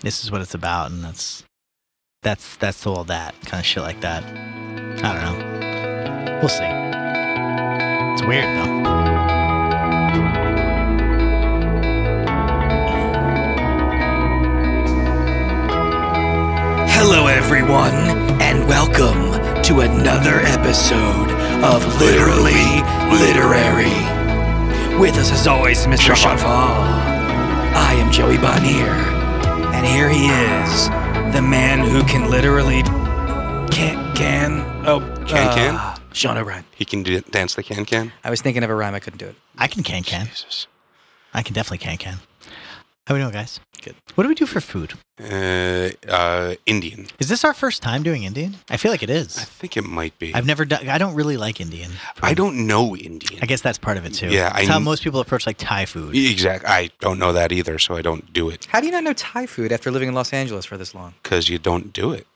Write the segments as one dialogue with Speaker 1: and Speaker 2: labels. Speaker 1: this is what it's about, and that's that's that's all that kind of shit like that. I don't know. We'll see. It's weird though.
Speaker 2: Hello, everyone, and welcome to another episode of Literally Literary. With us, as always, Mr. Sean Fall. I am Joey Bonnier, and here he is, the man who can literally can can oh
Speaker 3: Can can?
Speaker 2: Sean O'Brien.
Speaker 3: He can do, dance the can can.
Speaker 2: I was thinking of a rhyme, I couldn't do it.
Speaker 1: I can can can.
Speaker 3: Jesus.
Speaker 1: I can definitely can can. How we doing, guys?
Speaker 2: Good.
Speaker 1: What do we do for food?
Speaker 3: Uh, uh, Indian.
Speaker 1: Is this our first time doing Indian? I feel like it
Speaker 3: I
Speaker 1: is.
Speaker 3: think it might be.
Speaker 1: I've never done. I don't really like Indian. food.
Speaker 3: I don't know Indian.
Speaker 1: I guess that's part of it too.
Speaker 3: Yeah, I
Speaker 1: It's how
Speaker 3: kn-
Speaker 1: most people approach like Thai food.
Speaker 3: Exactly. I don't know that either, so I don't do it
Speaker 2: How do you not know Thai food after living in Los Angeles for this long?
Speaker 3: because you don't do it.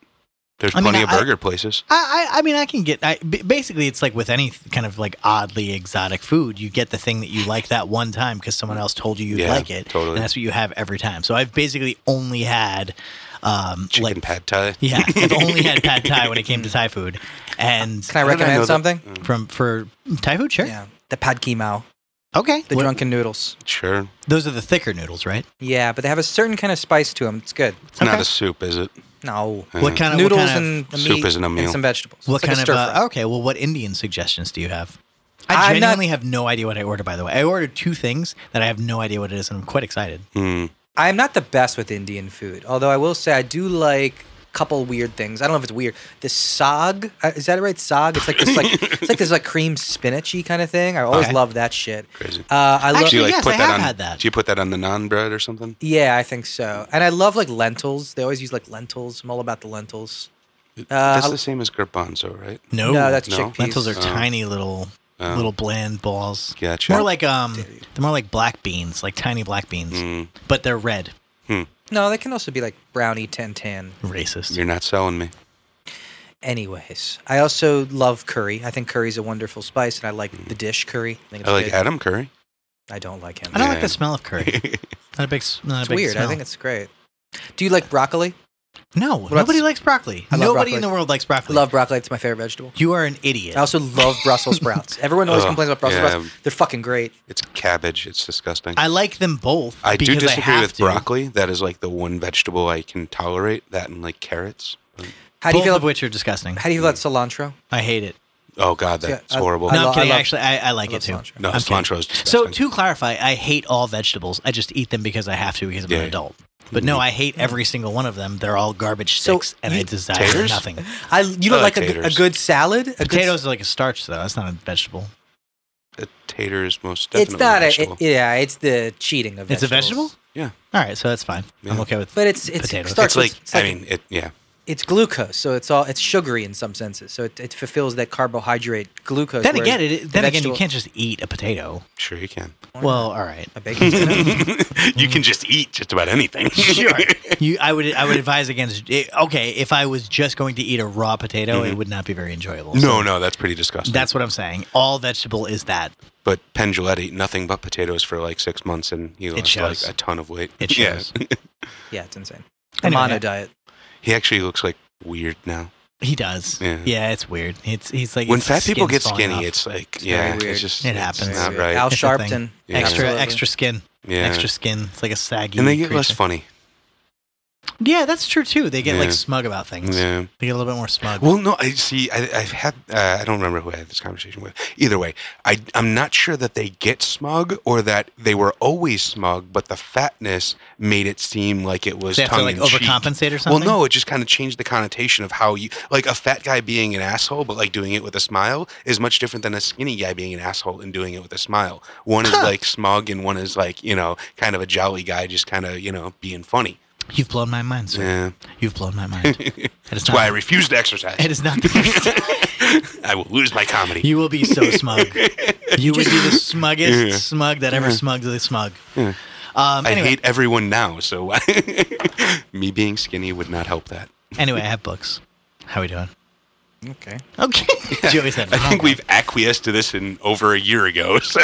Speaker 3: There's
Speaker 1: I mean,
Speaker 3: plenty of
Speaker 1: I-
Speaker 3: burger places.
Speaker 1: I, I, I mean, I can get. I, b- basically, it's like with any th- kind of like oddly exotic food, you get the thing that you like that one time because someone else told you you would
Speaker 3: Yeah,
Speaker 1: like it,
Speaker 3: totally.
Speaker 1: and that's what you have every time. So I've basically only had, um,
Speaker 3: Chicken
Speaker 1: like,
Speaker 3: pad thai.
Speaker 1: yeah, I've only had pad thai when it came to Thai food, and
Speaker 2: Can I
Speaker 3: How did
Speaker 2: recommend
Speaker 3: know that?
Speaker 2: something?
Speaker 3: Mm,
Speaker 1: from for Thai food, sure,
Speaker 2: Yeah, the pad ki mao,
Speaker 1: okay,
Speaker 2: the
Speaker 1: What-
Speaker 2: drunken noodles.
Speaker 3: Sure.
Speaker 1: those are the thicker noodles, right?
Speaker 3: Mm-hmm.
Speaker 2: Yeah, but they have a certain kind of spice to them. It's good.
Speaker 3: It's not a soup, is it?
Speaker 2: No.
Speaker 3: Uh,
Speaker 1: What kind of
Speaker 2: noodles
Speaker 1: what kind
Speaker 2: and
Speaker 1: of,
Speaker 2: the
Speaker 3: Soup
Speaker 2: meat
Speaker 3: isn't a
Speaker 2: and
Speaker 3: meal.
Speaker 2: some vegetables.
Speaker 1: what
Speaker 2: It's like
Speaker 1: kind
Speaker 2: a
Speaker 1: of
Speaker 2: stir fry.
Speaker 1: uh, okay? Well, what Indian suggestions do you have? I
Speaker 2: I'm not-
Speaker 1: genuinely have no idea what I ordered. By the way, I ordered two things that I have no idea what it is, and I'm quite excited.
Speaker 3: Hmm.
Speaker 2: I'm not the best with Indian food, although I will say I do like a couple weird things. I don't know if it's weird. The sag, uh, is that right? Sag. It's like this like it's like this like cream spinachy kind of thing. I always
Speaker 1: Okay.
Speaker 2: love that shit.
Speaker 3: Crazy.
Speaker 2: Uh, I love.
Speaker 3: do you like
Speaker 1: yes,
Speaker 3: put
Speaker 1: I
Speaker 3: that
Speaker 1: have
Speaker 3: on?
Speaker 1: had that.
Speaker 3: Do you put that on the naan bread or something?
Speaker 2: Yeah, I think so. And I love like lentils. They always use like lentils. I'm all about the lentils.
Speaker 3: That's
Speaker 2: I-
Speaker 3: the same as garbanzo, right?
Speaker 1: Uh, No,
Speaker 2: no, that's
Speaker 3: no.
Speaker 2: chickpeas.
Speaker 1: Lentils are
Speaker 3: Oh.
Speaker 1: tiny little
Speaker 3: Oh.
Speaker 1: little bland balls.
Speaker 3: Gotcha.
Speaker 1: More like um,
Speaker 2: Dare you.
Speaker 1: they're more like black beans, like tiny black beans,
Speaker 3: Mm,
Speaker 1: but they're red.
Speaker 2: No, they can also be like brownie ten tan.
Speaker 1: Racist.
Speaker 3: you're not selling me.
Speaker 2: Anyways, I also love curry. I think curry's a wonderful spice, and I like the dish curry. I, think it's
Speaker 3: I like
Speaker 2: good.
Speaker 3: Adam Curry.
Speaker 2: I don't like him.
Speaker 1: I don't like
Speaker 3: Yeah.
Speaker 1: the smell of curry. Not a big, s- not
Speaker 2: It's
Speaker 1: a big
Speaker 2: weird.
Speaker 1: smell.
Speaker 2: I think it's great. Do you like broccoli?
Speaker 1: no,
Speaker 2: about
Speaker 1: nobody
Speaker 2: s-
Speaker 1: likes broccoli.
Speaker 2: I love
Speaker 1: nobody
Speaker 2: broccoli.
Speaker 1: in the world likes
Speaker 2: I
Speaker 1: broccoli.
Speaker 2: love broccoli. It's my favorite vegetable.
Speaker 1: you are an idiot.
Speaker 2: I also love Brussels sprouts. Everyone always
Speaker 3: Ugh,
Speaker 2: complains about Brussels
Speaker 3: yeah.
Speaker 2: sprouts. They're fucking great.
Speaker 3: It's cabbage. It's disgusting.
Speaker 1: I like them both.
Speaker 3: I do
Speaker 1: because
Speaker 3: disagree
Speaker 1: have
Speaker 3: with
Speaker 1: to.
Speaker 3: broccoli. That is like the one vegetable I can tolerate. That and like carrots.
Speaker 2: How
Speaker 1: both
Speaker 2: do you feel?
Speaker 1: of which Mm. are disgusting.
Speaker 2: how do you feel about cilantro?
Speaker 1: I hate it.
Speaker 3: Oh god,
Speaker 2: Yeah,
Speaker 3: that's
Speaker 2: I-
Speaker 3: horrible.
Speaker 2: I
Speaker 1: no,
Speaker 2: lo-
Speaker 1: I'm kidding.
Speaker 2: love-
Speaker 1: Actually, I, I like
Speaker 2: I
Speaker 1: it too.
Speaker 2: love cilantro.
Speaker 3: no,
Speaker 1: I'm kidding.
Speaker 3: cilantro is
Speaker 1: So
Speaker 3: disgusting.
Speaker 1: to clarify, I hate all vegetables. I just eat them because I have to because I'm an
Speaker 3: Yeah.
Speaker 1: adult. But no, I hate every single one of them. They're all garbage
Speaker 2: So,
Speaker 1: sticks, and I
Speaker 2: you-
Speaker 1: desire
Speaker 3: Taters?
Speaker 1: nothing.
Speaker 2: I you don't
Speaker 3: I
Speaker 2: like,
Speaker 3: like
Speaker 2: a g- a,
Speaker 3: taters.
Speaker 2: good salad? A
Speaker 1: Potatoes is like a starch, though. That's not a vegetable.
Speaker 3: a tater is most
Speaker 2: Good, s-
Speaker 3: definitely
Speaker 2: it's not a,
Speaker 3: vegetable.
Speaker 2: it- yeah. It's the cheating of.
Speaker 1: It's a
Speaker 2: vegetables.
Speaker 1: vegetable?
Speaker 3: Yeah.
Speaker 1: All right, so that's fine. I'm
Speaker 3: Yeah.
Speaker 1: okay with.
Speaker 2: But it's it's
Speaker 1: Potatoes.
Speaker 2: starts
Speaker 3: it's
Speaker 2: with-
Speaker 3: like, I mean, it yeah.
Speaker 2: it's glucose, so it's all it's sugary in some senses. So it, it fulfills that carbohydrate glucose.
Speaker 1: then
Speaker 2: whereas
Speaker 1: again,
Speaker 2: the
Speaker 1: it, then again, you
Speaker 2: vegetable-
Speaker 1: can't just eat a potato.
Speaker 3: Sure you can.
Speaker 1: Well, all right.
Speaker 2: A bacon's good.
Speaker 3: you can just eat just about anything.
Speaker 1: Sure. you, I would, I would advise against. It, okay, if I was just going to eat a raw potato, it would not be very enjoyable. So
Speaker 3: Mm-hmm. no, no, that's pretty disgusting.
Speaker 1: that's what I'm saying. All vegetable is that.
Speaker 3: but Pendulette ate nothing but potatoes for like six months, and he lost
Speaker 1: shows.
Speaker 3: like a ton of weight.
Speaker 1: It
Speaker 3: Yeah.
Speaker 1: shows.
Speaker 2: yeah, it's insane. The
Speaker 1: Anyway,
Speaker 2: mono
Speaker 1: yeah.
Speaker 2: diet.
Speaker 3: he actually looks like weird now.
Speaker 1: He does.
Speaker 3: Yeah.
Speaker 1: it's weird. It's he's like
Speaker 3: when
Speaker 1: his
Speaker 3: fat people
Speaker 1: skin's
Speaker 3: get
Speaker 1: falling
Speaker 3: skinny,
Speaker 1: off.
Speaker 3: it's like
Speaker 2: It's very
Speaker 3: yeah,
Speaker 2: weird.
Speaker 3: it's just
Speaker 1: It
Speaker 3: it's
Speaker 1: happens. It's
Speaker 3: not
Speaker 2: Very-
Speaker 3: right.
Speaker 2: Al
Speaker 1: It's a
Speaker 2: Sharpton.
Speaker 3: Yeah.
Speaker 1: extra
Speaker 2: Absolutely.
Speaker 1: extra skin,
Speaker 3: yeah,
Speaker 1: extra skin. It's like a saggy.
Speaker 3: and they get less
Speaker 1: creature.
Speaker 3: funny.
Speaker 1: Yeah, that's true too. They get like
Speaker 3: Yeah.
Speaker 1: smug about things.
Speaker 3: Yeah.
Speaker 1: They get a little bit more smug.
Speaker 3: Well, no, I see. I, I've had. Uh, I don't remember who I had this conversation with. Either way, I I'm not sure that they get smug or that they were always smug, but the fatness made it seem like it was
Speaker 1: they have to
Speaker 3: tongue
Speaker 1: like
Speaker 3: in cheek.
Speaker 1: overcompensate or
Speaker 3: Well,
Speaker 1: something.
Speaker 3: no, it just kind of changed the connotation of how you like a fat guy being an asshole, but like doing it with a smile is much different than a skinny guy being an asshole and doing it with a smile. One is
Speaker 1: Huh.
Speaker 3: like smug, and one is like you know kind of a jolly guy, just kind of you know being funny.
Speaker 1: you've blown my mind, sir.
Speaker 3: Yeah.
Speaker 1: You've blown my mind. It is
Speaker 3: That's why I
Speaker 1: not.
Speaker 3: refuse to exercise.
Speaker 1: It is not the first.
Speaker 3: I will lose my comedy.
Speaker 1: You will be so smug. You would be the smuggest
Speaker 3: Yeah.
Speaker 1: smug that ever smugged the smug. Um,
Speaker 3: I
Speaker 1: anyway,
Speaker 3: hate everyone now, so me being skinny would not help that.
Speaker 1: anyway, I have books. How we doing?
Speaker 2: Okay.
Speaker 1: Okay. Joey said.
Speaker 3: I think
Speaker 1: "Oh,
Speaker 3: we've acquiesced to this in over a year ago, so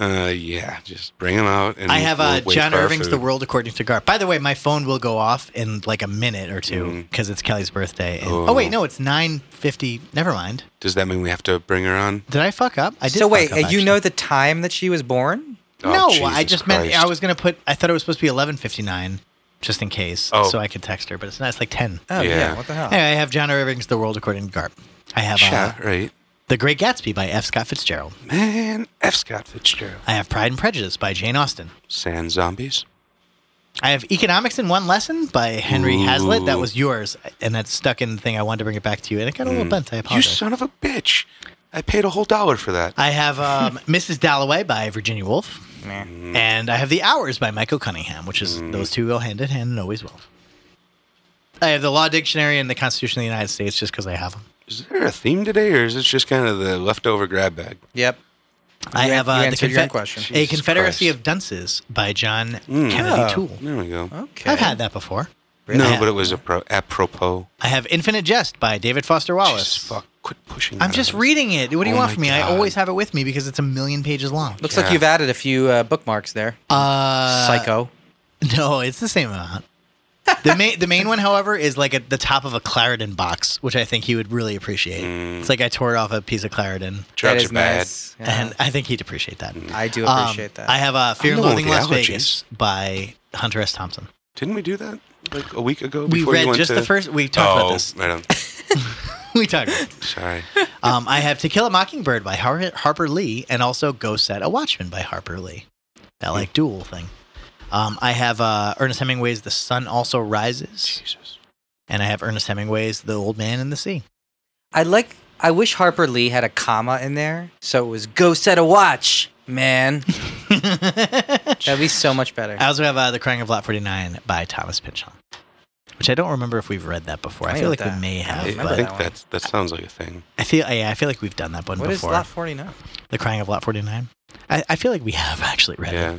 Speaker 3: Uh, yeah, just bring them out. And
Speaker 1: I have uh,
Speaker 3: we'll wait
Speaker 1: John
Speaker 3: for our
Speaker 1: Irving's
Speaker 3: food.
Speaker 1: The World According to Garp. By the way, my phone will go off in like a minute or two
Speaker 3: Mhm.
Speaker 1: because it's Kelly's birthday. And,
Speaker 3: Oh.
Speaker 1: oh. wait, no, it's nine fifty. Never mind.
Speaker 3: Does that mean we have to bring her on?
Speaker 1: Did I fuck up? I did.
Speaker 2: so
Speaker 1: fuck
Speaker 2: wait,
Speaker 1: up,
Speaker 2: uh, you
Speaker 1: actually.
Speaker 2: know the time that she was born?
Speaker 3: Oh,
Speaker 1: no,
Speaker 3: Jesus
Speaker 1: I just meant
Speaker 3: Christ.
Speaker 1: I was gonna put. I thought it was supposed to be eleven fifty nine, just in case,
Speaker 3: Oh.
Speaker 1: so I could text her. But it's not. It's like ten.
Speaker 2: Oh yeah.
Speaker 3: Yeah.
Speaker 2: What the hell?
Speaker 1: Anyway, I have John Irving's The World According to Garp. I have uh,
Speaker 3: Yeah, right.
Speaker 1: The Great Gatsby by F. Scott Fitzgerald.
Speaker 3: Man, F. Scott Fitzgerald.
Speaker 1: I have Pride and Prejudice by Jane Austen.
Speaker 3: Sand zombies.
Speaker 1: I have Economics in One Lesson by Henry Hazlitt. That
Speaker 3: Ooh.
Speaker 1: was yours, and that's stuck in the thing. I wanted to bring it back to you, and it got a little bent. I
Speaker 3: Mm. You
Speaker 1: apologize.
Speaker 3: son of a bitch! I paid a whole dollar for that.
Speaker 1: I have um, Mrs. Dalloway by Virginia Woolf, and I have The Hours by Michael Cunningham, which is
Speaker 3: Mm.
Speaker 1: those two go hand in hand and always will. I have the Law Dictionary and the Constitution of the United States just because I have them.
Speaker 3: Is there a theme today, or is this just kind of the leftover grab bag?
Speaker 2: Yep.
Speaker 1: I
Speaker 2: You
Speaker 1: have
Speaker 2: an-
Speaker 1: uh,
Speaker 2: you
Speaker 1: the
Speaker 2: answered your own
Speaker 1: Confe-
Speaker 2: question.
Speaker 1: A
Speaker 3: Jesus
Speaker 1: Confederacy
Speaker 3: Christ.
Speaker 1: of Dunces by John
Speaker 3: Mm.
Speaker 1: Kennedy
Speaker 2: Oh.
Speaker 1: Toole.
Speaker 3: There we go.
Speaker 2: Okay.
Speaker 1: I've had that before.
Speaker 3: No,
Speaker 1: Yeah.
Speaker 3: but it was appro- apropos.
Speaker 1: I have Infinite Jest by David Foster Wallace.
Speaker 3: Jesus, Oh, fuck! Quit pushing.
Speaker 1: I'm
Speaker 3: that
Speaker 1: just
Speaker 3: out.
Speaker 1: reading it. What do you
Speaker 3: Oh
Speaker 1: want
Speaker 3: my
Speaker 1: from me? I
Speaker 3: God.
Speaker 1: always have it with me because it's a million pages long.
Speaker 2: Looks
Speaker 3: Yeah.
Speaker 2: like you've added a few uh, bookmarks there.
Speaker 1: Uh,
Speaker 2: Psycho.
Speaker 1: No, it's the same amount. the main the main one, however, is like at the top of a Claritin box, which I think he would really appreciate.
Speaker 3: Mm.
Speaker 1: It's like I tore off a piece of Claritin,
Speaker 3: Drugs
Speaker 2: that is
Speaker 3: are bad.
Speaker 2: nice. Yeah.
Speaker 1: and I think he'd appreciate that.
Speaker 2: I do
Speaker 1: Um,
Speaker 2: appreciate that.
Speaker 1: I have uh, Fear
Speaker 3: I'm
Speaker 1: and
Speaker 3: the one with
Speaker 1: Loathing
Speaker 3: the
Speaker 1: Las
Speaker 3: allergies.
Speaker 1: Vegas by Hunter S. Thompson.
Speaker 3: Didn't we do that like a week ago?
Speaker 1: We
Speaker 3: before you
Speaker 1: read
Speaker 3: went
Speaker 1: just
Speaker 3: to-
Speaker 1: the first. We talked
Speaker 3: Oh,
Speaker 1: about this.
Speaker 3: right on.
Speaker 1: we talked. About it.
Speaker 3: Sorry.
Speaker 1: Um, I have To Kill a Mockingbird by Har- Harper Lee and also Go Set a Watchman by Harper Lee. That like dual thing. Um, I have uh, Ernest Hemingway's The Sun Also Rises,
Speaker 3: Jesus.
Speaker 1: and I have Ernest Hemingway's The Old Man and the Sea.
Speaker 2: I like. I wish Harper Lee had a comma in there, so it was "Go set a watch, man."
Speaker 1: I
Speaker 2: That'd be so much better.
Speaker 1: also have uh, The Crying of Lot 49 by Thomas Pynchon, which I don't remember if we've read that before.
Speaker 2: I
Speaker 1: I, feel like
Speaker 2: read that.
Speaker 1: we may
Speaker 3: I,
Speaker 1: have,
Speaker 3: I
Speaker 2: remember
Speaker 1: but
Speaker 3: think
Speaker 2: that one.
Speaker 3: that's that sounds like a thing.
Speaker 1: I feel yeah, I feel like we've done that one
Speaker 2: What is
Speaker 1: before.
Speaker 2: lot forty nine?
Speaker 1: The Crying of Lot 49. I, I feel like we have actually read it.
Speaker 3: Yeah.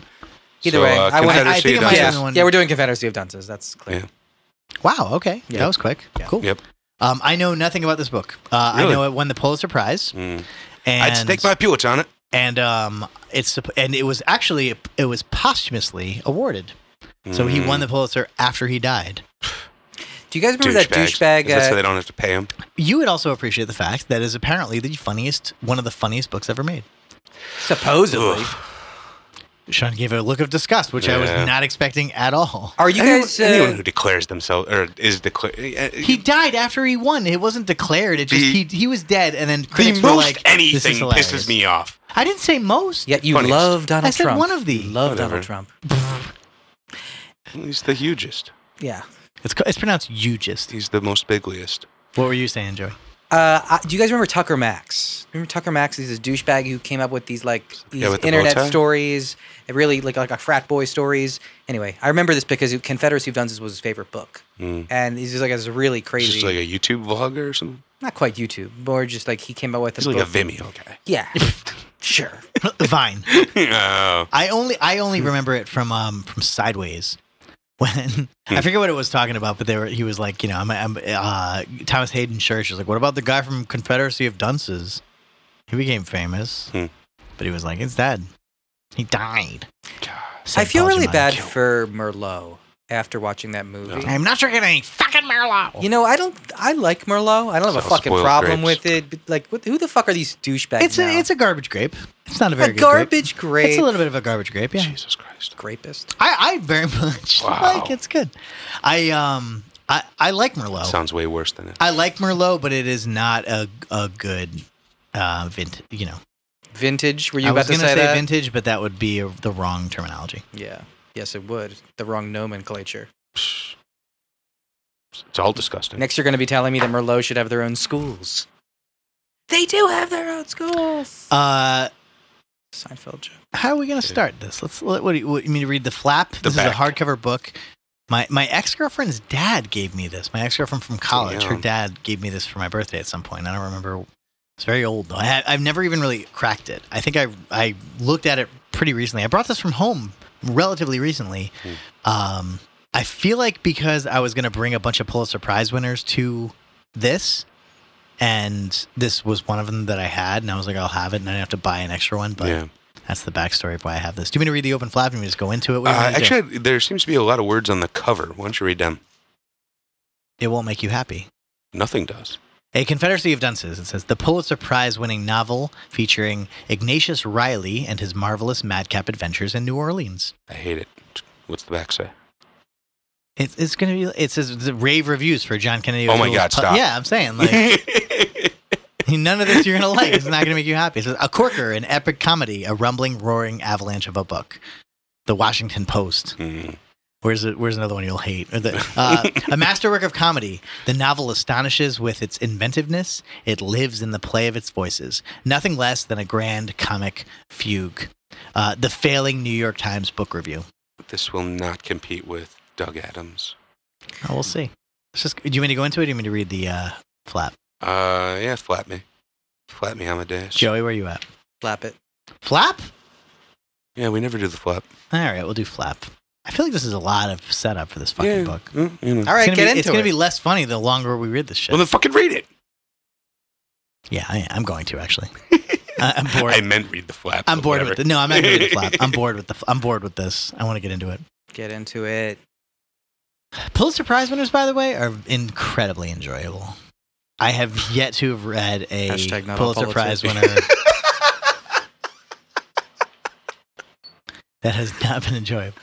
Speaker 2: Either
Speaker 3: So,
Speaker 2: way,
Speaker 3: uh,
Speaker 2: I, went,
Speaker 3: Confederacy
Speaker 1: I think it
Speaker 3: of
Speaker 1: might have
Speaker 3: Dunces.
Speaker 1: been
Speaker 2: yeah,
Speaker 1: one-
Speaker 2: yeah, we're doing Confederacy of Dunces. That's clear.
Speaker 3: Yeah.
Speaker 1: Wow. Okay.
Speaker 2: Yeah.
Speaker 1: That was quick.
Speaker 2: Yeah.
Speaker 1: Cool.
Speaker 3: Yep.
Speaker 1: Um, I know nothing about this book. Uh, I
Speaker 3: Really?
Speaker 1: know it won the Pulitzer Prize,
Speaker 3: Mm.
Speaker 1: and
Speaker 3: I'd stake my pewits on it.
Speaker 1: and um, it's supp- and it was actually it was posthumously awarded. So
Speaker 3: Mm.
Speaker 1: he won the Pulitzer after he died.
Speaker 2: Do you guys remember that
Speaker 3: Douchebags. Is that so
Speaker 2: douchebag?
Speaker 3: they
Speaker 2: Uh,
Speaker 3: don't have to pay him.
Speaker 1: You would also appreciate the fact that is apparently the funniest, one of the funniest books ever made.
Speaker 2: supposedly.
Speaker 1: Sean gave a look of disgust, which I was
Speaker 3: Yeah.
Speaker 1: not expecting at all.
Speaker 2: Are you
Speaker 3: anyone,
Speaker 2: guys? Uh,
Speaker 3: anyone who declares themselves or is eh, declared
Speaker 1: He died after he won. It wasn't declared. It just
Speaker 3: The-
Speaker 1: he, he was dead, and then
Speaker 3: the
Speaker 1: critics
Speaker 3: most
Speaker 1: were like, "This is
Speaker 3: anything
Speaker 1: hilarious."
Speaker 3: pisses me off.
Speaker 1: I didn't say most.
Speaker 2: yet you
Speaker 3: Funniest.
Speaker 2: love Donald
Speaker 1: I said
Speaker 2: Trump.
Speaker 1: one of the-
Speaker 2: You love
Speaker 3: Whatever.
Speaker 2: Donald Trump.
Speaker 3: He's the hugest.
Speaker 2: Yeah.
Speaker 1: It's co- it's pronounced you just.
Speaker 3: He's the most bigliest.
Speaker 1: What were you saying, Joey?
Speaker 2: Uh, I- do you guys remember Tucker Max? Remember Tucker Max? He's this douchebag who came up with these like these
Speaker 3: with the bow
Speaker 2: internet
Speaker 3: tie?
Speaker 2: stories, and really like like a frat boy stories. Anyway, I remember this because Confederacy of Dunces was his favorite book,
Speaker 3: Mm.
Speaker 2: and he's just like this really
Speaker 3: He's
Speaker 2: crazy,
Speaker 3: just like a YouTube vlogger or something.
Speaker 2: not quite YouTube, more just like he came up with
Speaker 3: He's
Speaker 2: this
Speaker 3: like a
Speaker 2: book.
Speaker 3: Vimeo guy.
Speaker 2: yeah, sure.
Speaker 1: Vine.
Speaker 3: oh,
Speaker 1: I only I only remember it from um from Sideways when I forget what it was talking about, but they were he was like you know I'm, I'm uh Thomas Hayden Church was like what about the guy from Confederacy of Dunces? He became famous,
Speaker 3: Hmm.
Speaker 1: but he was like it's dead. He died.
Speaker 2: I feel really bad
Speaker 1: For-
Speaker 2: for Merlot after watching that movie.
Speaker 1: I'm not drinking any fucking Merlot.
Speaker 2: You know, I don't. I like Merlot. I don't have a
Speaker 3: So
Speaker 2: fucking
Speaker 3: spoiled
Speaker 2: problem
Speaker 3: grapes.
Speaker 2: with it. But like, what, who the fuck are these douchebags?
Speaker 1: it's
Speaker 2: now?
Speaker 1: a it's a garbage grape. It's not a
Speaker 2: a,
Speaker 1: very good grape.
Speaker 2: garbage grape.
Speaker 1: It's a little bit of a garbage grape. Yeah.
Speaker 3: Jesus Christ.
Speaker 2: grapist.
Speaker 1: I, I very much
Speaker 3: Wow.
Speaker 1: like it's good. I um I, I like Merlot.
Speaker 3: Sounds way worse than it.
Speaker 1: I like Merlot, but it is not a a good uh vintage. You know,
Speaker 2: Vintage. Were you
Speaker 1: I was
Speaker 2: about to
Speaker 1: gonna
Speaker 2: say,
Speaker 1: say,
Speaker 2: that?
Speaker 1: vintage, but that would be a, the wrong terminology.
Speaker 2: Yeah. Yes, it would. The wrong nomenclature.
Speaker 3: It's all disgusting.
Speaker 2: Next, you're going to be telling me that Merlot should have their own schools. They do have their own schools.
Speaker 1: Uh,
Speaker 2: Seinfeld joke.
Speaker 1: how are we gonna start this? Let's. Let, what, do you, what you mean to read the flap? this is
Speaker 3: back.
Speaker 1: a hardcover book. My my ex girlfriend's dad gave me this. My ex girlfriend from college. Her
Speaker 3: Damn.
Speaker 1: dad gave me this for my birthday at some point. I don't remember. It's very old though. I had, I've never even really cracked it. I think I I looked at it pretty recently. I brought this from home relatively recently.
Speaker 3: Hmm.
Speaker 1: Um, I feel like because I was going to bring a bunch of Pulitzer Prize winners to this, and this was one of them that I had, and I was like, I'll have it, and I didn't have to buy an extra one, but
Speaker 3: yeah.
Speaker 1: I That's the backstory of why I have this. Do you mean to read the open flap? Do you mean to just go into it? What do you
Speaker 3: Uh,
Speaker 1: want me to do?
Speaker 3: actually, there seems to be a lot of words on the cover. Why don't you read them?
Speaker 1: it won't make you happy.
Speaker 3: Nothing does.
Speaker 1: A Confederacy of Dunces. It says the Pulitzer Prize winning novel featuring Ignatius Riley and his marvelous madcap adventures in New Orleans.
Speaker 3: I hate it. What's the back say?
Speaker 1: It's, it's going to be, it says the rave reviews for John Kennedy.
Speaker 3: Oh my
Speaker 1: O'Toole.
Speaker 3: God,
Speaker 1: Pu-
Speaker 3: stop.
Speaker 1: Yeah, I'm saying, like, none of this you're going to like. It's not going to make you happy. It says a corker, an epic comedy, a rumbling, roaring avalanche of a book. The Washington Post.
Speaker 3: Hmm.
Speaker 1: Where's the, where's another one you'll hate? Or the- uh, a masterwork of comedy. The novel astonishes with its inventiveness. It lives in the play of its voices. Nothing less than a grand comic fugue. Uh, the failing New York Times book review.
Speaker 3: this will not compete with Doug Adams.
Speaker 1: Oh, we'll see. Let's just. Do you mean to go into it? Or do you mean to read the uh, flap?
Speaker 3: Uh, yeah, flat me. Flat me, Amadeus.
Speaker 1: Joey, where you at?
Speaker 2: Flap it.
Speaker 1: Flap.
Speaker 3: Yeah, we never do the flap.
Speaker 1: All right, we'll do flap. I feel like this is a lot of setup for this fucking
Speaker 3: yeah.
Speaker 1: book.
Speaker 3: Mm, you know.
Speaker 2: All right,
Speaker 1: it's gonna
Speaker 2: get
Speaker 1: be,
Speaker 2: into
Speaker 1: It's gonna
Speaker 2: it.
Speaker 1: be less funny the longer we read this shit.
Speaker 3: Well, then fucking read it.
Speaker 1: yeah, I, I'm going to actually. I, I'm bored.
Speaker 3: I meant read the flap.
Speaker 1: I'm
Speaker 3: but
Speaker 1: bored
Speaker 3: whatever.
Speaker 1: with it. No, I'm not going to the flap. I'm bored with the. I'm bored with this. I want to get into it.
Speaker 2: Get into it.
Speaker 1: Pulitzer Prize winners, by the way, are incredibly enjoyable. I have yet to have read a
Speaker 2: Hashtag not all
Speaker 1: Pulitzer Prize
Speaker 2: Pulitzer.
Speaker 1: winner that has not been enjoyable.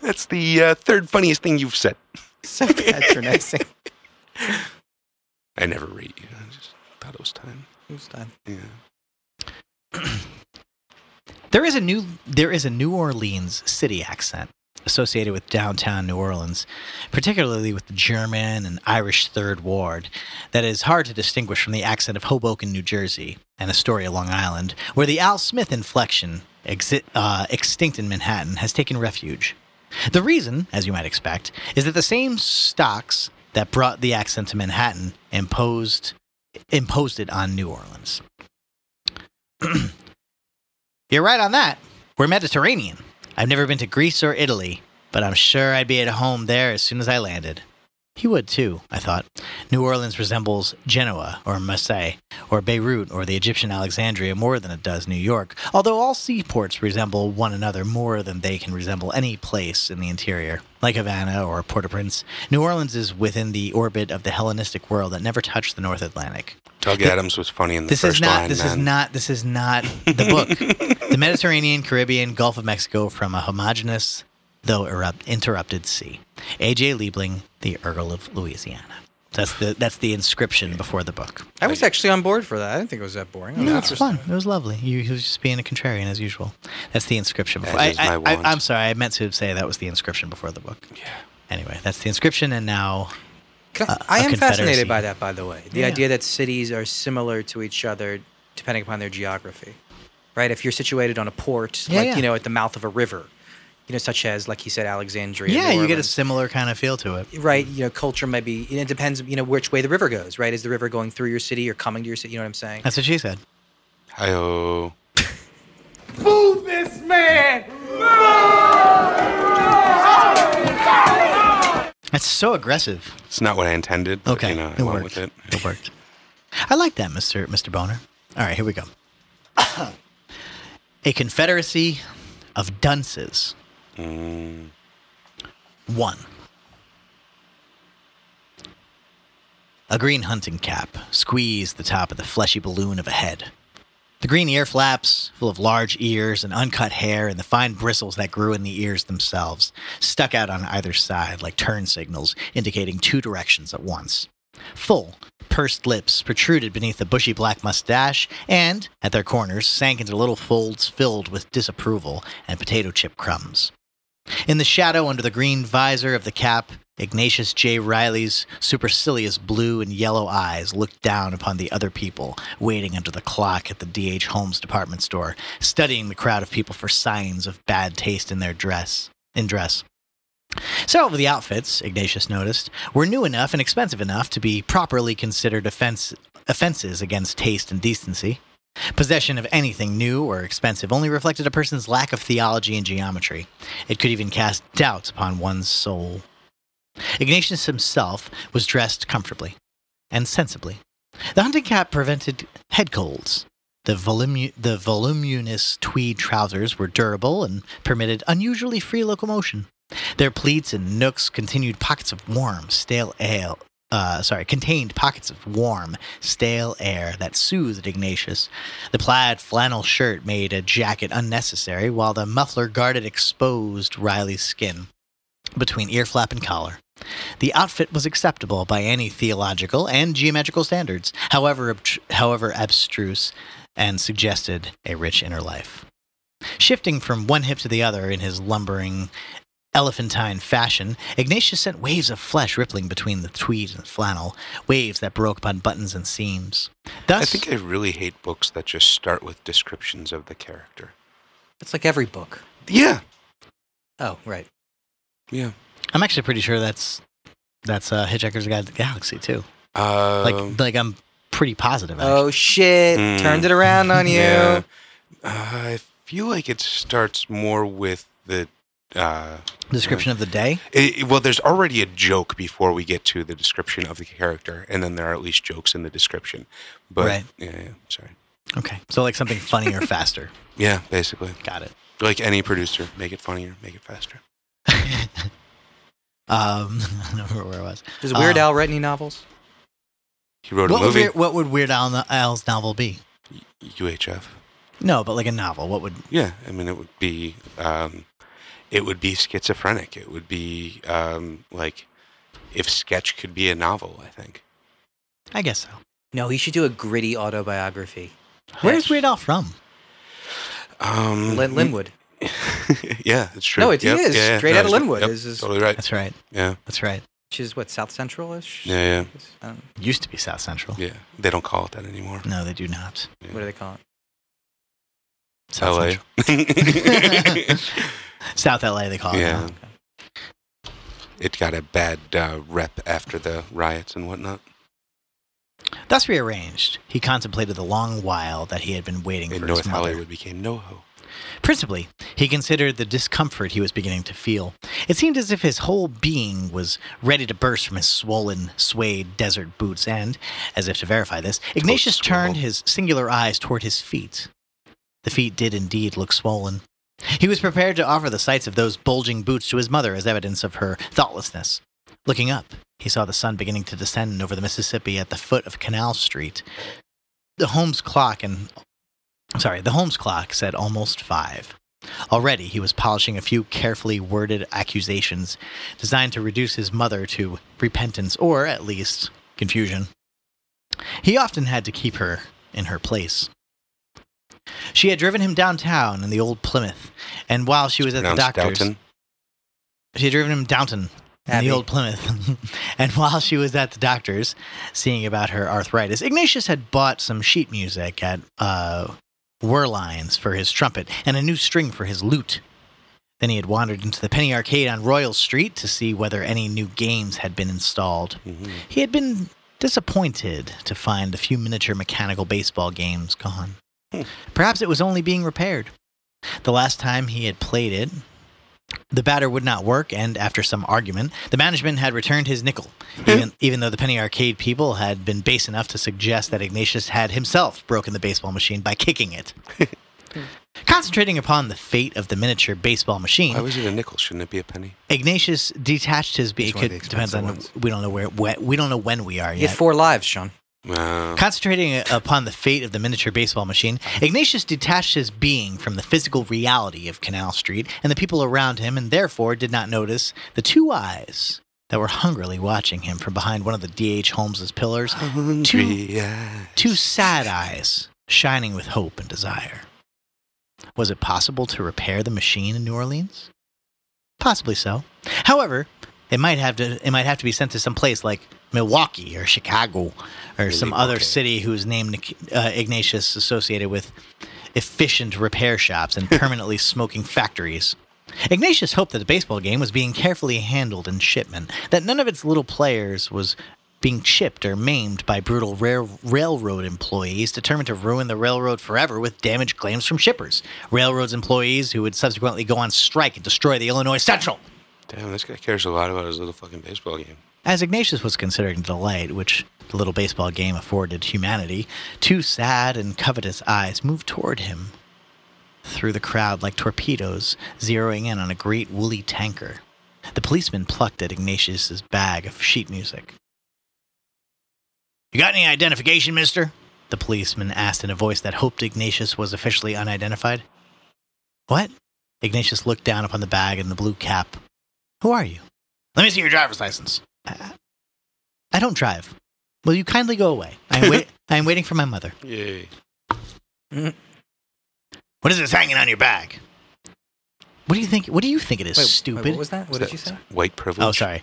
Speaker 3: That's the uh, third funniest thing you've said.
Speaker 2: So patronizing.
Speaker 3: I never read you. I just thought it was time.
Speaker 2: Who's done?
Speaker 3: Yeah.
Speaker 1: There is a new there is a New Orleans city accent associated with downtown New Orleans, particularly with the German and Irish Third Ward, that is hard to distinguish from the accent of Hoboken, New Jersey, and Astoria, Long Island, where the Al Smith inflection, exi- uh, extinct in Manhattan, has taken refuge. The reason, as you might expect, is that the same stocks that brought the accent to Manhattan imposed imposed it on New Orleans. You're right on that. We're Mediterranean. I've never been to Greece or Italy, but I'm sure I'd be at home there as soon as I landed. He would too, I thought. New Orleans resembles Genoa or Marseille or Beirut or the Egyptian Alexandria more than it does New York, although all seaports resemble one another more than they can resemble any place in the interior. Like Havana or Port au Prince, New Orleans is within the orbit of the Hellenistic world that never touched the North Atlantic.
Speaker 3: Doug Adams was funny in the
Speaker 1: This
Speaker 3: first
Speaker 1: is not.
Speaker 3: line.
Speaker 1: this is
Speaker 3: man.
Speaker 1: not. This is not the book. the Mediterranean, Caribbean, Gulf of Mexico from a homogeneous, though erupt, interrupted sea. A.J. Liebling, the Earl of Louisiana. That's the that's the inscription before the book.
Speaker 2: I was actually on board for that. I didn't think it was that boring. I was
Speaker 1: No, it's
Speaker 2: interested.
Speaker 1: fun. It was lovely. You, he was just being a contrarian as usual. That's the inscription. Before.
Speaker 3: That
Speaker 1: I,
Speaker 3: is my
Speaker 1: I,
Speaker 3: want.
Speaker 1: I, am sorry. I meant to say that was the inscription before the book. Yeah. Anyway, that's the inscription, and now
Speaker 2: Can I-
Speaker 1: a-
Speaker 2: I
Speaker 1: a
Speaker 2: am
Speaker 1: confederacy.
Speaker 2: fascinated by that, by the way. The
Speaker 1: Yeah.
Speaker 2: idea that cities are similar to each other depending upon their geography, right? If you're situated on a port,
Speaker 1: Yeah,
Speaker 2: like
Speaker 1: yeah.
Speaker 2: you know, at the mouth of a river, you know, such as like he said, Alexandria.
Speaker 1: yeah, you
Speaker 2: New
Speaker 1: get a
Speaker 2: Orleans.
Speaker 1: similar kind of feel to it.
Speaker 2: right. You know, culture might be. It depends. You know, which way the river goes, right? Is the river going through your city or coming to your city? You know what I'm saying?
Speaker 1: That's what she said.
Speaker 3: Hi-oh.
Speaker 4: Move this man!
Speaker 1: That's so aggressive.
Speaker 3: It's not what I intended. But,
Speaker 1: Okay,
Speaker 3: You know, I
Speaker 1: it
Speaker 3: went
Speaker 1: worked.
Speaker 3: with it.
Speaker 1: It worked. I like that, Mister Mister Boner. All right, here we go. A confederacy of dunces.
Speaker 3: Mm.
Speaker 1: One. A green hunting cap squeezed the top of the fleshy balloon of a head. The green ear flaps, full of large ears and uncut hair, and the fine bristles that grew in the ears themselves, stuck out on either side like turn signals indicating two directions at once. Full, pursed lips protruded beneath the bushy black mustache, and, at their corners, sank into little folds filled with disapproval and potato chip crumbs. In the shadow under the green visor of the cap, Ignatius J. Riley's supercilious blue and yellow eyes looked down upon the other people waiting under the clock at the D.H. Holmes department store, studying the crowd of people for signs of bad taste in their dress. In dress. Several of the outfits, Ignatius noticed, were new enough and expensive enough to be properly considered offense, offenses against taste and decency. Possession of anything new or expensive only reflected a person's lack of theology and geometry. It could even cast doubts upon one's soul. Ignatius himself was dressed comfortably and sensibly. The hunting cap prevented head colds, The, volum- the voluminous tweed trousers were durable and permitted unusually free locomotion. Their pleats and nooks continued pockets of warm, stale ale. Uh, sorry, contained pockets of warm, stale air that soothed Ignatius. The plaid flannel shirt made a jacket unnecessary, while the muffler guarded exposed Riley's skin between ear flap and collar. The outfit was acceptable by any theological and geometrical standards, however, abtr- however abstruse, and suggested a rich inner life. Shifting from one hip to the other in his lumbering, elephantine fashion, Ignatius sent waves of flesh rippling between the tweed and flannel, waves that broke upon buttons and seams. Thus,
Speaker 3: I think I really hate books that just start with descriptions of the character.
Speaker 2: That's like every book.
Speaker 3: Yeah.
Speaker 2: Oh, right.
Speaker 3: Yeah.
Speaker 1: I'm actually pretty sure that's that's uh, Hitchhiker's Guide to the Galaxy too.
Speaker 3: Um,
Speaker 1: Like, like I'm pretty positive. Actually.
Speaker 2: Oh shit!
Speaker 1: Hmm.
Speaker 3: Mm.
Speaker 2: Turned it around on you.
Speaker 3: Yeah. Uh, I feel like it starts more with the. Uh,
Speaker 1: Description of the day.
Speaker 3: it, well, there's already a joke before we get to the description of the character, and then there are at least jokes in the description. But
Speaker 1: Right.
Speaker 3: yeah, yeah, sorry.
Speaker 1: Okay, so like something funny or faster.
Speaker 3: Yeah, basically,
Speaker 1: Got it.
Speaker 3: like any producer, make it funnier, make it faster.
Speaker 1: Um, I don't remember where I was.
Speaker 2: Does Weird
Speaker 1: Um,
Speaker 2: Al write any novels?
Speaker 3: He wrote a
Speaker 1: What would,
Speaker 3: movie.
Speaker 1: Weird, what would Weird Al, Al's novel be?
Speaker 3: UHF.
Speaker 1: No, but like a novel. What would?
Speaker 3: Yeah, I mean, it would be, um, it would be schizophrenic. It would be um, like if sketch could be a novel. I think.
Speaker 1: I guess so.
Speaker 2: No, he should do a gritty autobiography.
Speaker 1: Where's Weird Al from?
Speaker 3: Um,
Speaker 2: Lin- Linwood.
Speaker 3: yeah, it's true.
Speaker 2: No, it
Speaker 3: Yep,
Speaker 2: is. Straight outta
Speaker 3: it's true.
Speaker 2: Linwood
Speaker 3: Yep,
Speaker 2: is- is-
Speaker 3: totally right.
Speaker 1: That's right.
Speaker 3: Yeah,
Speaker 1: That's right.
Speaker 2: Which is what South Central ish.
Speaker 3: yeah,
Speaker 1: Used to be South Central.
Speaker 3: yeah, yeah. They don't call it that anymore.
Speaker 1: No, they do not.
Speaker 3: Yeah.
Speaker 2: What do they call it?
Speaker 1: South
Speaker 3: LA.
Speaker 1: Central. South LA. They
Speaker 2: Oh,
Speaker 1: call it.
Speaker 3: yeah,
Speaker 1: now.
Speaker 3: it got a bad uh, rep after the riots and whatnot.
Speaker 1: Thus rearranged, he contemplated the long while that he had been waiting
Speaker 3: In
Speaker 1: for
Speaker 3: North
Speaker 1: his mother.
Speaker 3: Hollywood became NoHo.
Speaker 1: Principally, he considered the discomfort he was beginning to feel. It seemed as if his whole being was ready to burst from his swollen, suede desert boots, and, as if to verify this, Ignatius
Speaker 3: Quote,
Speaker 1: turned
Speaker 3: swole.
Speaker 1: his singular eyes toward his feet. The feet did indeed look swollen. He was prepared to offer the sights of those bulging boots to his mother as evidence of her thoughtlessness. Looking up, he saw the sun beginning to descend over the Mississippi at the foot of Canal Street. The Holmes clock and Sorry, the Holmes clock said almost five. Already, he was polishing a few carefully worded accusations designed to reduce his mother to repentance or, at least, confusion. He often had to keep her in her place. She had driven him downtown in the old Plymouth, and while she was at the
Speaker 3: Pronounced
Speaker 1: doctor's,
Speaker 3: Downton.
Speaker 1: she had driven him downtown in
Speaker 2: Abbey.
Speaker 1: the old Plymouth. and while she was at the doctor's, seeing about her arthritis, Ignatius had bought some sheet music at uh, Werlines for his trumpet and a new string for his lute. Then he had wandered into the penny arcade on Royal Street to see whether any new games had been installed.
Speaker 3: Mhm.
Speaker 1: He had been disappointed to find a few miniature mechanical baseball games gone.
Speaker 3: Hmm.
Speaker 1: Perhaps it was only being repaired. The last time he had played it, the batter would not work, and after some argument, the management had returned his nickel,
Speaker 2: Hmm.
Speaker 1: even, even though the penny arcade people had been base enough to suggest that Ignatius had himself broken the baseball machine by kicking it. Concentrating upon the fate of the miniature baseball machine,
Speaker 3: Why was it a nickel? Shouldn't it be a penny?
Speaker 1: Ignatius detached his. Be- it
Speaker 2: It's one
Speaker 1: could,
Speaker 2: of the
Speaker 1: depends
Speaker 2: expensive
Speaker 1: on
Speaker 2: ones.
Speaker 1: we don't know where, where we don't know when we are
Speaker 2: You
Speaker 1: yet.
Speaker 2: get four lives, Sean.
Speaker 3: Wow.
Speaker 1: Concentrating upon the fate of the miniature baseball machine, Ignatius detached his being from the physical reality of Canal Street and the people around him, and therefore did not notice the two eyes that were hungrily watching him from behind one of the D.H. Holmes's pillars.
Speaker 3: Hungry eyes.
Speaker 1: Two sad eyes shining with hope and desire. Was it possible to repair the machine in New Orleans? Possibly so. However, it might have to it might have to be sent to some place like Milwaukee or Chicago or some other
Speaker 3: Milwaukee.
Speaker 1: city whose name Nic- uh, Ignatius associated with efficient repair shops and permanently smoking factories. Ignatius hoped that the baseball game was being carefully handled in shipment, that none of its little players was being chipped or maimed by brutal rail- railroad employees determined to ruin the railroad forever with damage claims from shippers. Railroads employees who would subsequently go on strike and destroy the Illinois Central.
Speaker 3: Damn, this guy cares a lot about his little fucking baseball game.
Speaker 1: As Ignatius was considering the light which the little baseball game afforded humanity, two sad and covetous eyes moved toward him through the crowd like torpedoes, zeroing in on a great woolly tanker. The policeman plucked at Ignatius's bag of sheet music. You got any identification, mister? The policeman asked in a voice that hoped Ignatius was officially unidentified. What? Ignatius looked down upon the bag and the blue cap. Who are you? Let me see your driver's license. I, I don't drive. Will you kindly go away? I am, wait- I am waiting for my mother.
Speaker 3: Yay.
Speaker 1: What is this hanging on your bag? What do you think? What do you think it is?
Speaker 2: Wait,
Speaker 1: stupid.
Speaker 2: Wait, what was that? What did you say?
Speaker 3: White privilege.
Speaker 1: oh, sorry.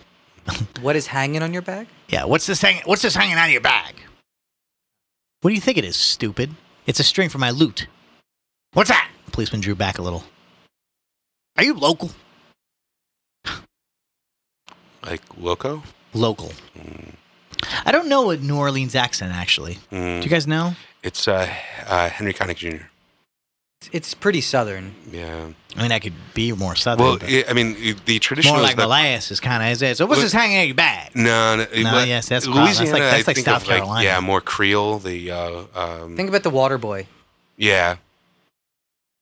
Speaker 2: What is hanging on your bag?
Speaker 1: Yeah. What's this hang? What's this hanging out of your bag? What do you think it is? Stupid. It's a string for my loot. What's that? The policeman drew back a little. Are you local?
Speaker 3: Like Loco?
Speaker 1: Local. I don't know a New Orleans accent actually. Do you
Speaker 3: Mm.
Speaker 1: guys know?
Speaker 3: It's uh, uh, Henry Connick Jr.
Speaker 2: It's- It's pretty southern.
Speaker 3: Mm-hmm. Yeah.
Speaker 1: I mean, I could be more southern.
Speaker 3: Well,
Speaker 1: but
Speaker 3: yeah, I mean, i- the traditional
Speaker 1: more
Speaker 3: is
Speaker 1: like
Speaker 3: that-
Speaker 1: molasses kind of is it? So what's
Speaker 3: Well-
Speaker 1: this hanging out of your bag?
Speaker 3: No, no,
Speaker 1: No,
Speaker 3: but
Speaker 1: yes, that's prob-
Speaker 3: Louisiana.
Speaker 1: that's like- that's
Speaker 3: I
Speaker 1: like
Speaker 3: think
Speaker 1: South
Speaker 3: of,
Speaker 1: Carolina.
Speaker 3: yeah, more Creole. The uh, um,
Speaker 2: Think about the water boy.
Speaker 3: yeah,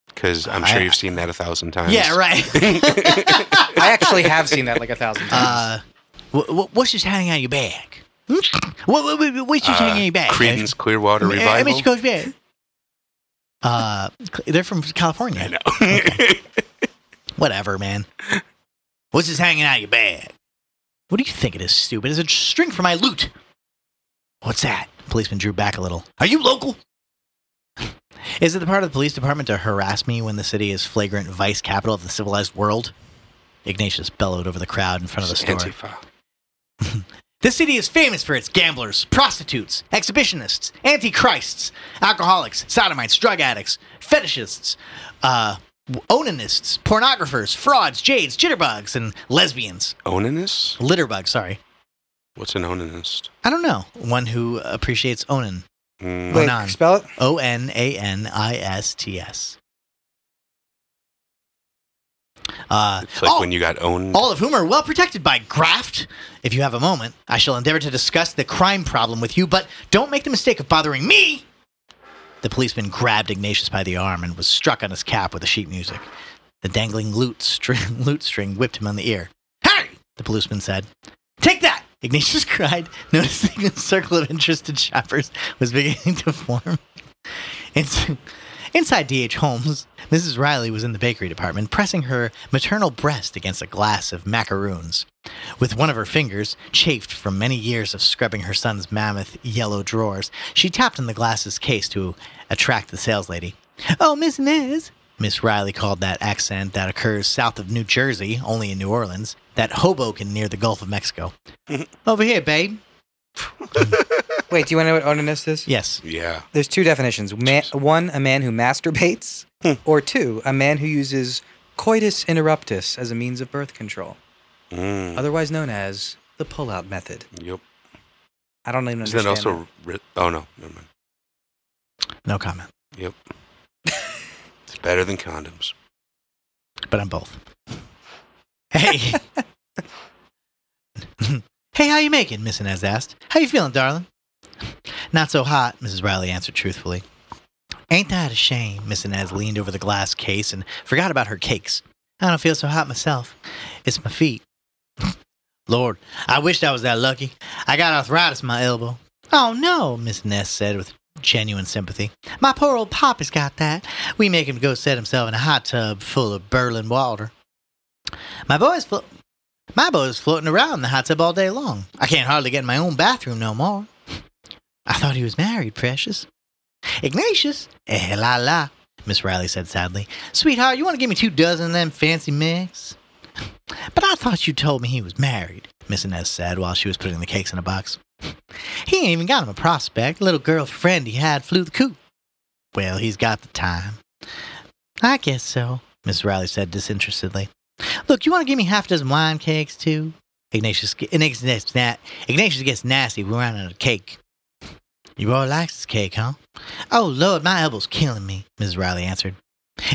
Speaker 3: because I'm
Speaker 1: I-
Speaker 3: sure you've seen that a thousand times.
Speaker 1: Yeah, right.
Speaker 2: I actually have seen that like a thousand times.
Speaker 1: Uh, wh- wh- what's just hanging out of your bag? Hmm? What, what, what, what's just
Speaker 3: Uh,
Speaker 1: hanging out of your bag?
Speaker 3: Creedence Clearwater
Speaker 1: Uh, uh,
Speaker 3: Revival.
Speaker 1: Mr. Coach Bear. Uh, cl- they're from California.
Speaker 3: I know.
Speaker 1: Whatever, man. What's just hanging out of your bag? What do you think it is, stupid? It's a string for my loot. What's that? Policeman drew back a little. Are you local? is it the part of the police department to harass me when the city is flagrant vice capital of the civilized world? Ignatius bellowed over the crowd in front of the store.
Speaker 3: Antifa.
Speaker 1: This city is famous for its gamblers, prostitutes, exhibitionists, antichrists, alcoholics, sodomites, drug addicts, fetishists, uh, onanists, pornographers, frauds, jades, jitterbugs, and lesbians.
Speaker 3: Onanist?
Speaker 1: Litterbug, sorry.
Speaker 3: What's an onanist?
Speaker 1: I don't know. One who appreciates onan.
Speaker 3: Mm,
Speaker 1: Wait,
Speaker 2: Wait,
Speaker 1: Onan.
Speaker 2: spell it.
Speaker 1: O N A N I S T S. Uh,
Speaker 3: it's like
Speaker 1: oh,
Speaker 3: when you got owned.
Speaker 1: all of whom are well protected by graft. If you have a moment, I shall endeavor to discuss the crime problem with you, but don't make the mistake of bothering me. The policeman grabbed Ignatius by the arm and was struck on his cap with the sheet music. The dangling lute string, lute string whipped him on the ear. Hey! The policeman said. Take that! Ignatius cried, noticing a circle of interested shoppers was beginning to form. Ins- Inside D.H. Holmes, Mrs. Riley was in the bakery department, pressing her maternal breast against a glass of macaroons. With one of her fingers, chafed from many years of scrubbing her son's mammoth yellow drawers, she tapped on the glass's case to attract the sales lady. Oh, Miss Inez, Miss Riley called that accent that occurs south of New Jersey, only in New Orleans, that Hoboken near the Gulf of Mexico. Over here, babe.
Speaker 2: Wait, do you want to know what onanist is?
Speaker 1: Yes.
Speaker 3: yeah.
Speaker 2: There's two definitions. Ma- one, a man who masturbates,
Speaker 3: Hmm.
Speaker 2: or two, a man who uses coitus interruptus as a means of birth control,
Speaker 3: Mm,
Speaker 2: otherwise known as the pull-out method.
Speaker 3: yep.
Speaker 2: I don't even
Speaker 3: Isn't
Speaker 2: understand.
Speaker 3: that also? Ri- oh no, never mind.
Speaker 1: No comment.
Speaker 3: Yep. it's better than condoms.
Speaker 1: but I'm both. Hey. hey, how you making? Miss Inez asked. How you feeling, darling? Not so hot, Mrs. Riley answered truthfully. Ain't that a shame? Miss Inez leaned over the glass case and forgot about her cakes. I don't feel so hot myself. It's my feet. Lord, I wished I was that lucky. I got arthritis in my elbow. Oh no, Miss Inez said with genuine sympathy. My poor old poppy's got that. We make him go set himself in a hot tub full of Berlin water. My boy's flo- my boy's floating around in the hot tub all day long. I can't hardly get in my own bathroom no more. I thought he was married, precious. Ignatius, eh la la, Miss Riley said sadly. Sweetheart, you want to give me two dozen of them fancy mix? But I thought you told me he was married, Miss Inez said while she was putting the cakes in a box. He ain't even got him a prospect. Little girlfriend he had flew the coop. Well, he's got the time. I guess so, Miss Riley said disinterestedly. Look, you want to give me half a dozen wine cakes, too? Ignatius, ge- Ignatius, na- Ignatius gets nasty when we're running out of cake. Your boy likes his cake, huh? Oh, Lord, my elbow's killing me, Miss Riley answered.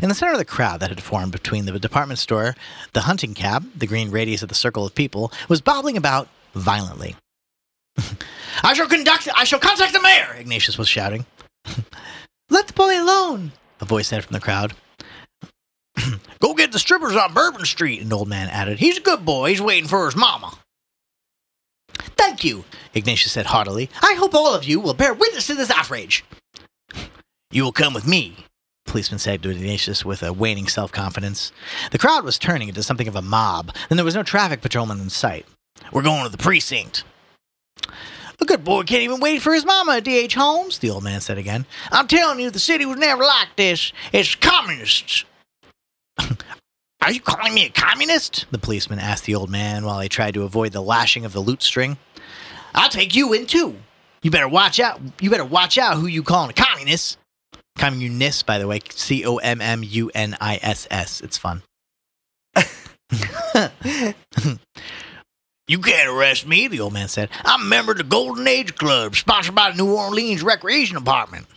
Speaker 1: In the center of the crowd that had formed between the department store, the hunting cab, the green radius of the circle of people, was bobbling about violently. I shall conduct I shall contact the mayor, Ignatius was shouting. Let the boy alone, a voice said from the crowd. Go get the strippers on Bourbon Street, an old man added. He's a good boy. He's waiting for his mama. Thank you, Ignatius said haughtily. I hope all of you will bear witness to this outrage. You will come with me, the policeman said to Ignatius with a waning self confidence. The crowd was turning into something of a mob, and there was no traffic patrolman in sight. We're going to the precinct. A good boy can't even wait for his mama, D.H. Holmes, the old man said again. I'm telling you, the city was never like this. It's communists. Are you calling me a communist? The policeman asked the old man while he tried to avoid the lashing of the lute string. I'll take you in too. You better watch out. You better watch out who you calling a communist. Communist, by the way, C O M M U N I S S. It's fun. you can't arrest me, the old man said. I'm a member of the Golden Age Club, sponsored by the New Orleans Recreation Department.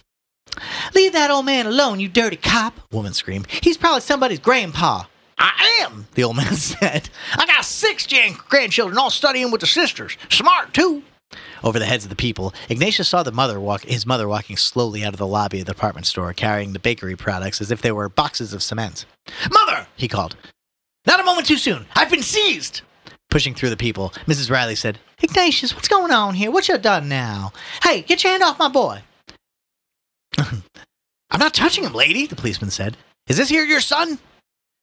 Speaker 1: Leave that old man alone, you dirty cop, woman screamed. He's probably somebody's grandpa. I am, the old man said. I got six gen- grandchildren all studying with the sisters. Smart, too. Over the heads of the people, Ignatius saw the mother walk, his mother walking slowly out of the lobby of the department store, carrying the bakery products as if they were boxes of cement. Mother, he called. Not a moment too soon. I've been seized. Pushing through the people, Mrs. Riley said, Ignatius, what's going on here? What you done now? Hey, get your hand off my boy. I'm not touching him, lady, the policeman said. Is this here your son?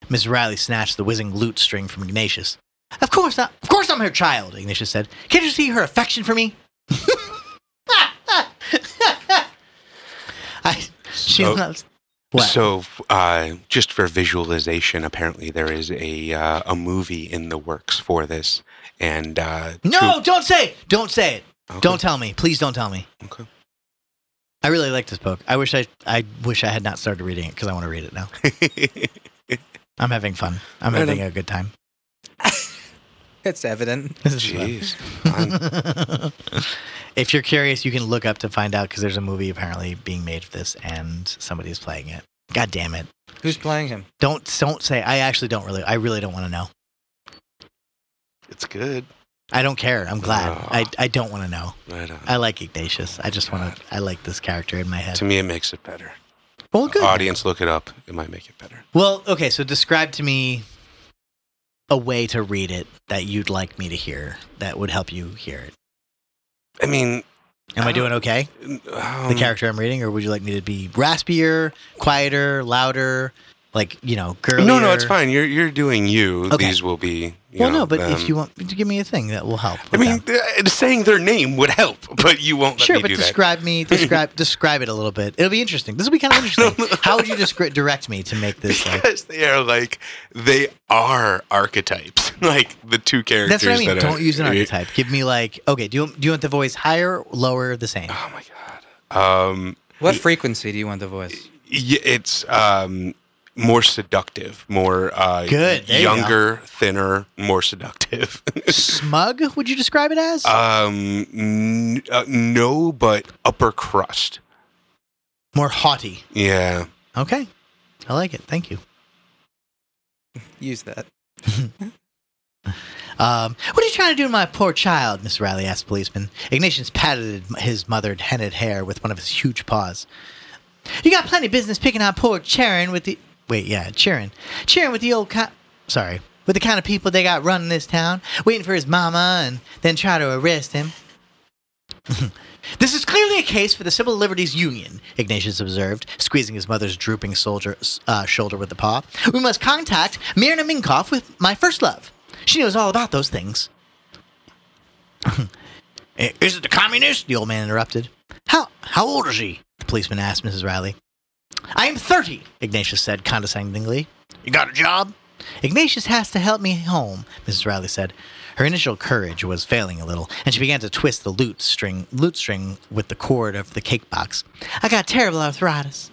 Speaker 1: Miss Riley snatched the whizzing lute string from Ignatius. Of course, I, of course I'm her child, Ignatius said. Can't you see her affection for me? I, she
Speaker 3: So-
Speaker 1: loves. What?
Speaker 3: So, uh, just for visualization, apparently there is a uh, a movie in the works for this, and uh,
Speaker 1: no,
Speaker 3: two-
Speaker 1: don't say it. Don't say it.
Speaker 3: Okay.
Speaker 1: Don't tell me. Please don't tell me.
Speaker 3: Okay.
Speaker 1: I really like this book. I wish I, I wish I had not started reading it because I want to read it now. I'm having fun. I'm
Speaker 3: Right
Speaker 1: having a good time.
Speaker 2: It's evident.
Speaker 1: This is fun.
Speaker 3: Jeez, fun.
Speaker 1: if you're curious, you can look up to find out because there's a movie apparently being made of this, and somebody is playing it. God damn it!
Speaker 2: Who's playing him?
Speaker 1: Don't don't say. I actually don't really. I really don't want to know.
Speaker 3: it's good.
Speaker 1: I don't care. I'm glad.
Speaker 3: Ugh.
Speaker 1: I I don't want to know.
Speaker 3: Right on.
Speaker 1: I like Ignatius. I just want to. I like this character in my head.
Speaker 3: to me, it makes it better.
Speaker 1: Well, good.
Speaker 3: Audience, look it up. It might make it better.
Speaker 1: Well, okay. So describe to me a way to read it that you'd like me to hear that would help you hear it.
Speaker 3: I mean,
Speaker 1: Am I
Speaker 3: Uh,
Speaker 1: doing okay?
Speaker 3: um,
Speaker 1: the character I'm reading, or would you like me to be raspier, quieter, louder, like you know, girlier?
Speaker 3: No, no, it's fine. You're you're doing you.
Speaker 1: Okay.
Speaker 3: These will be. You
Speaker 1: Well,
Speaker 3: know,
Speaker 1: no, but
Speaker 3: um,
Speaker 1: if you want to give me a thing that will help.
Speaker 3: I
Speaker 1: with
Speaker 3: mean,
Speaker 1: them.
Speaker 3: th- uh, saying their name would help, but you won't let
Speaker 1: sure,
Speaker 3: me
Speaker 1: but
Speaker 3: do
Speaker 1: describe me, describe, describe it a little bit. It'll be interesting. This will be kind of interesting. How would you descri- direct me to make this? Like,
Speaker 3: that because they are like they are archetypes, like the two characters.
Speaker 1: that's what I mean.
Speaker 3: that are- eh,
Speaker 1: Don't use an archetype. Give me like, okay, do you do you want the voice higher, lower, the same?
Speaker 3: Oh my god. Um,
Speaker 2: What frequency do you want the voice?
Speaker 3: y- it's um more seductive, more uh,
Speaker 1: Good, there you go.
Speaker 3: younger, thinner, more seductive.
Speaker 1: Smug? Would you describe it as?
Speaker 3: um, n- uh, no, but upper crust.
Speaker 1: More haughty.
Speaker 3: Yeah.
Speaker 1: Okay, I like it. Thank you.
Speaker 2: Use that.
Speaker 1: Um, what are you trying to do to my poor child? Miss Riley asked the policeman. Ignatius patted his mothered hented hair with one of his huge paws. You got plenty of business picking on poor Charon with the wait, yeah, Charon, Charon with the old co- sorry, with the kind of people they got running this town, waiting for his mama and then try to arrest him. This is clearly a case for the Civil Liberties Union, Ignatius observed, squeezing his mother's drooping soldier, uh, shoulder with the paw. We must contact Mirna Minkoff with my first love. She knows all about those things. "I- is it the communist? The old man interrupted. How, how old is he? The policeman asked Mrs. Riley. I am 30, Ignatius said condescendingly. You got a job? Ignatius has to help me home, Mrs. Riley said. Her initial courage was failing a little, and she began to twist the lute string, lute string with the cord of the cake box. I got terrible arthritis.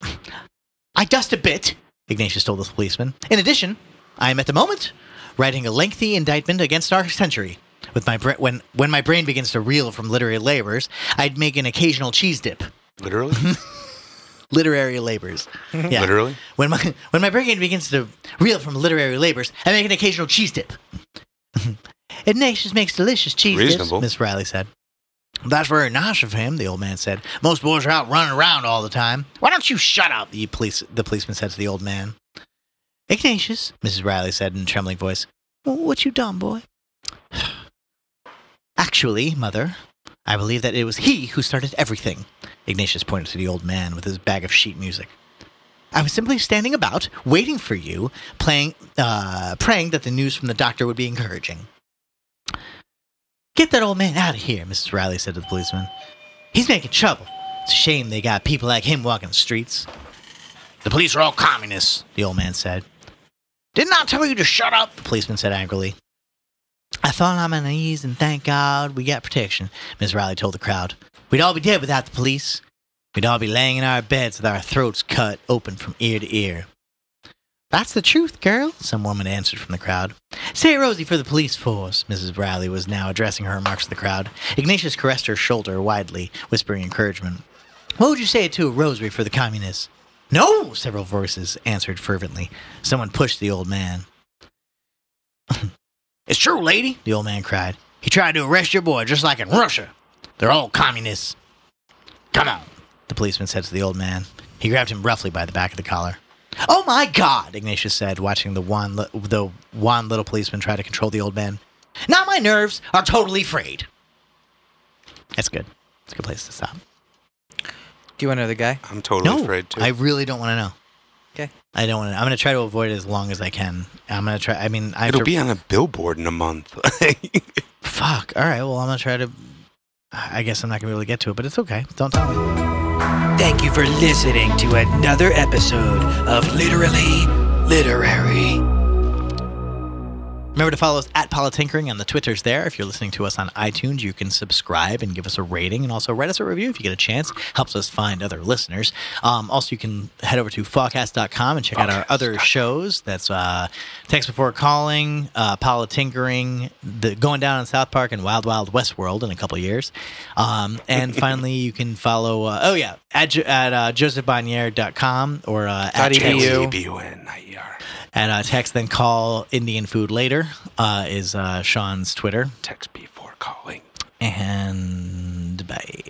Speaker 1: I dust a bit, Ignatius told the policeman. In addition, I am at the moment writing a lengthy indictment against our century. With my bra- when when my brain begins to reel from literary labors, I'd make an occasional cheese dip.
Speaker 3: Literally?
Speaker 1: literary labors. Yeah.
Speaker 3: Literally?
Speaker 1: When my when my brain begins to reel from literary labors, I make an occasional cheese dip. Ignatius makes delicious cheese
Speaker 3: Reasonable.
Speaker 1: dips, Miss Riley said. That's very nice of him, the old man said. Most boys are out running around all the time. Why don't you shut up? The police the policeman said to the old man. Ignatius, Mrs. Riley said in a trembling voice, what you done, boy? Actually, mother, I believe that it was he who started everything. Ignatius pointed to the old man with his bag of sheet music. I was simply standing about, waiting for you, playing, uh, praying that the news from the doctor would be encouraging. Get that old man out of here, Mrs. Riley said to the policeman. He's making trouble. It's a shame they got people like him walking the streets. The police are all communists, the old man said. Didn't I tell you to shut up? The policeman said angrily. I thought on my knees and thank God we got protection, Miss Riley told the crowd. We'd all be dead without the police. We'd all be laying in our beds with our throats cut open from ear to ear. That's the truth, girl, some woman answered from the crowd. Say Rosie for the police force, Mrs. Riley was now addressing her remarks to the crowd. Ignatius caressed her shoulder widely, whispering encouragement. What would you say to a rosary for the communists? No, several voices answered fervently. Someone pushed the old man. It's true, lady, the old man cried. He tried to arrest your boy just like in Russia. They're all communists. Come out, the policeman said to the old man. He grabbed him roughly by the back of the collar. Oh my God, Ignatius said, watching the wan, li- the wan little policeman try to control the old man. Now my nerves are totally frayed. That's good. It's a good place to stop.
Speaker 2: Do you want another guy?
Speaker 3: I'm totally
Speaker 1: no,
Speaker 3: afraid to.
Speaker 1: I really don't want to know.
Speaker 2: Okay.
Speaker 1: I don't want to. I'm going to try to avoid it as long as I can. I'm going to try. I mean, I have
Speaker 3: It'll
Speaker 1: to-
Speaker 3: be on a billboard in a month.
Speaker 1: Fuck. All right. Well, I'm gonna try to. I guess I'm not gonna be able to get to it, but it's okay. Don't tell me.
Speaker 5: Thank you for listening to another episode of Literally Literary.
Speaker 1: Remember to follow us at Politinkering on the Twitters there. If you're listening to us on iTunes, you can subscribe and give us a rating and also write us a review if you get a chance. Helps us find other listeners. Um, also, you can head over to Fawcast.com and check out our other shows. That's uh, Text Before Calling, uh, Politinkering, the Going Down on South Park, and Wild Wild West World in a couple years. Um, and finally, you can follow, uh, oh, yeah, at, jo- at uh, josephbonnier.com or uh, at
Speaker 3: E
Speaker 2: Dot
Speaker 1: Text-
Speaker 2: edu.
Speaker 3: T-E-B-U-N-I-E-R.
Speaker 1: and uh, text then call Indian food later uh, is uh, Sean's Twitter.
Speaker 3: Text before calling.
Speaker 1: And bye.